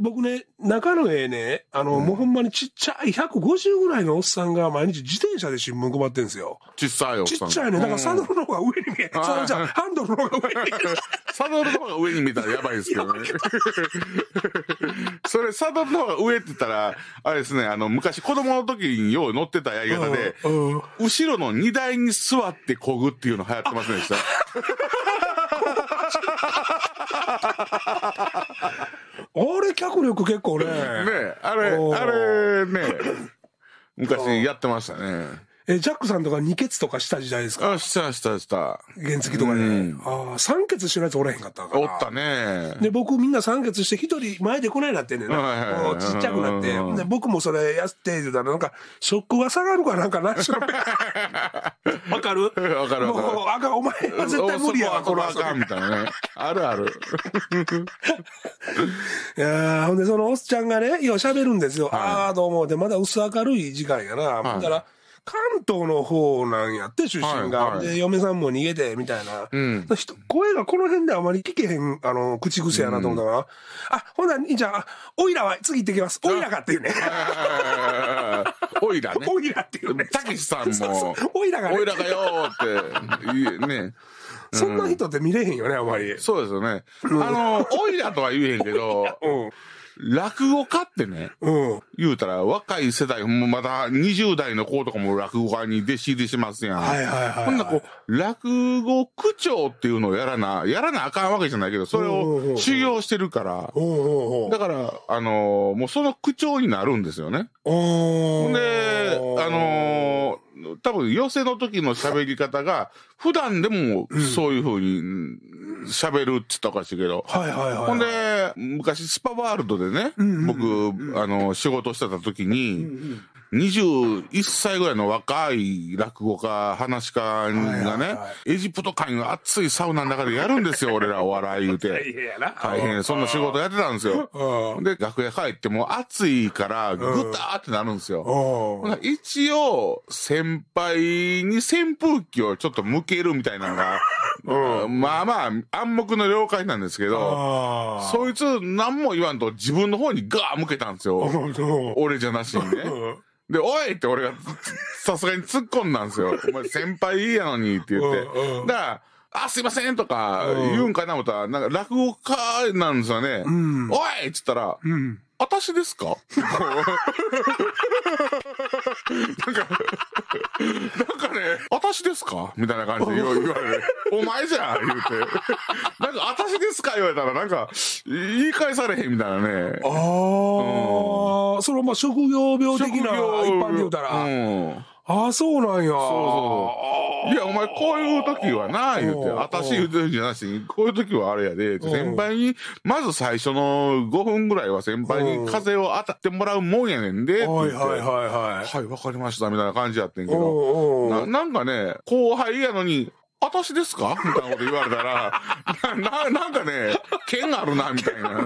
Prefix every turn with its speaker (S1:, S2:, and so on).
S1: 僕ね、中野へね、あの、もうほんまにちっちゃい150ぐらいのおっさんが毎日自転車で新聞配ってんですよ。
S2: ちっさいおっ
S1: ち
S2: さ
S1: っ
S2: ん
S1: ちゃいね。なんかサドルの方が上に見える。
S2: うん
S1: サドルじゃんハンドルの方が上に見える。
S2: サドルの方が上に見たらやばいですけどね。それ、サドルの方が上って言ったら、あれですね、あの、昔子供の時によう乗ってたやり方で、
S1: うんうん
S2: 後ろの荷台に座ってこぐっていうの流行ってませんでした。
S1: あれ、脚力結構ね。
S2: ねあれ、
S1: おー
S2: あれね、昔やってましたね。
S1: え、ジャックさんとか二ケツとかした時代ですか
S2: あ、したしたした。
S1: 原付とかで。
S2: うん
S1: ああ、三ケツしてるやつおらへんかったから。
S2: おったね。
S1: で、僕みんな酸欠して一人前で来ないなってんねん
S2: はいはいはい
S1: な。こうちっちゃくなっ
S2: うんうんう
S1: て。
S2: ん
S1: で、僕もそれやって言うたら、なんか、ショックが下がるからなんか、なんしろ。 わかるわ
S2: わかるわかる
S1: もう、あかん、お前は絶対無理やわ、
S2: こ
S1: こ
S2: れ
S1: の
S2: あ
S1: 遊び
S2: かんみたいなね。あるある。
S1: いやーほんで、そのおっちゃんがね、よう喋るんですよ。
S2: い
S1: ああ、どうも。で、まだ薄明るい時間やな。
S2: い
S1: だから、関東の方なんやって、出身が。
S2: はいはい
S1: で、嫁さんも逃げて、みたいな。
S2: うん
S1: 人声がこの辺であまり聞けへん、あの、口癖やなと思ったから、あ、ほんなら、兄ちゃん、あおいらは次行ってきます。おいらかっていうね。
S2: おいらね。
S1: おいらっていうね。
S2: たけしさんも、
S1: おいらがね
S2: おいらがよーって言え、ね。
S1: そんな人って見れへんよね、あまり。
S2: そうですよね。あの、おいらとは言えへんけど、
S1: う
S2: 落語家ってね、
S1: ん。うん。
S2: 言うたら若い世代、もうまだ20代の子とかも落語家に弟子入りしますやん。
S1: はいはいはい。
S2: ほんならこう、落語口調っていうのをやらな、やらなあかんわけじゃないけど、それを修行してるから、
S1: おうおうおう
S2: だから、あのーもうその口調になるんですよね。
S1: お
S2: ほ
S1: ー
S2: んで、あのー多分寄席の時の喋り方が、普段でもそういう風にうん喋るって言ったらおかしいけど、
S1: はいはいはい。
S2: ほんで、昔スパワールドでね、僕、あの、仕事してた時に、21歳ぐらいの若い落語家、話家が
S1: はいはい
S2: ね
S1: は、
S2: エジプト界の熱いサウナの中でやるんで すよ、俺らお笑い言う
S1: 大
S2: て。
S1: 変やな。
S2: 大変、そんな仕事やってたんですよ。
S1: うん。
S2: で、楽屋帰ってもう暑いから、ぐたーってなるんですよ。
S1: お
S2: ほな一応、先輩に扇風機をちょっと向けるみたいなのが、まあまあ、暗黙の了解なんですけど、
S1: あ
S2: そいつ何も言わんと自分の方にガー向けたんです
S1: あ。
S2: よ。
S1: ほんと
S2: 俺じゃなしにね。
S1: うん
S2: で、おいって俺がつさすがに突っ込んだんですよ。お前先輩いいやのにって言って
S1: うんうん。
S2: だから、あ、すいませんとか言うんかな思ったら、なんか落語家なんですよね。おいっつったら、
S1: うん。
S2: 私ですかなんか、なんかね、私ですかみたいな感じで言わ言われる。お前じゃん言うて。なんか、私ですか言われたら、なんか、言い返されへんみたいなね。
S1: ああ。それはまあ職業病的な、一般で言うた
S2: う
S1: ら。
S2: ん。
S1: ああ、そうなんや。
S2: そうそうそう。いや、お前、こういう時はな、言うて、
S1: おう
S2: 私言うてるんじゃなしに、こういう時はあれやで、先輩に、まず最初の5分ぐらいは先輩に風を当たってもらうもんやねんで、って言っ
S1: は
S2: て
S1: いはいはいはい。
S2: はい、わかりました、みたいな感じやってんけど、
S1: おうお
S2: な
S1: う
S2: なんかね、後輩やのに、私ですかみたいなこと言われたら、 な、ななんかね、剣あるな、みたいな。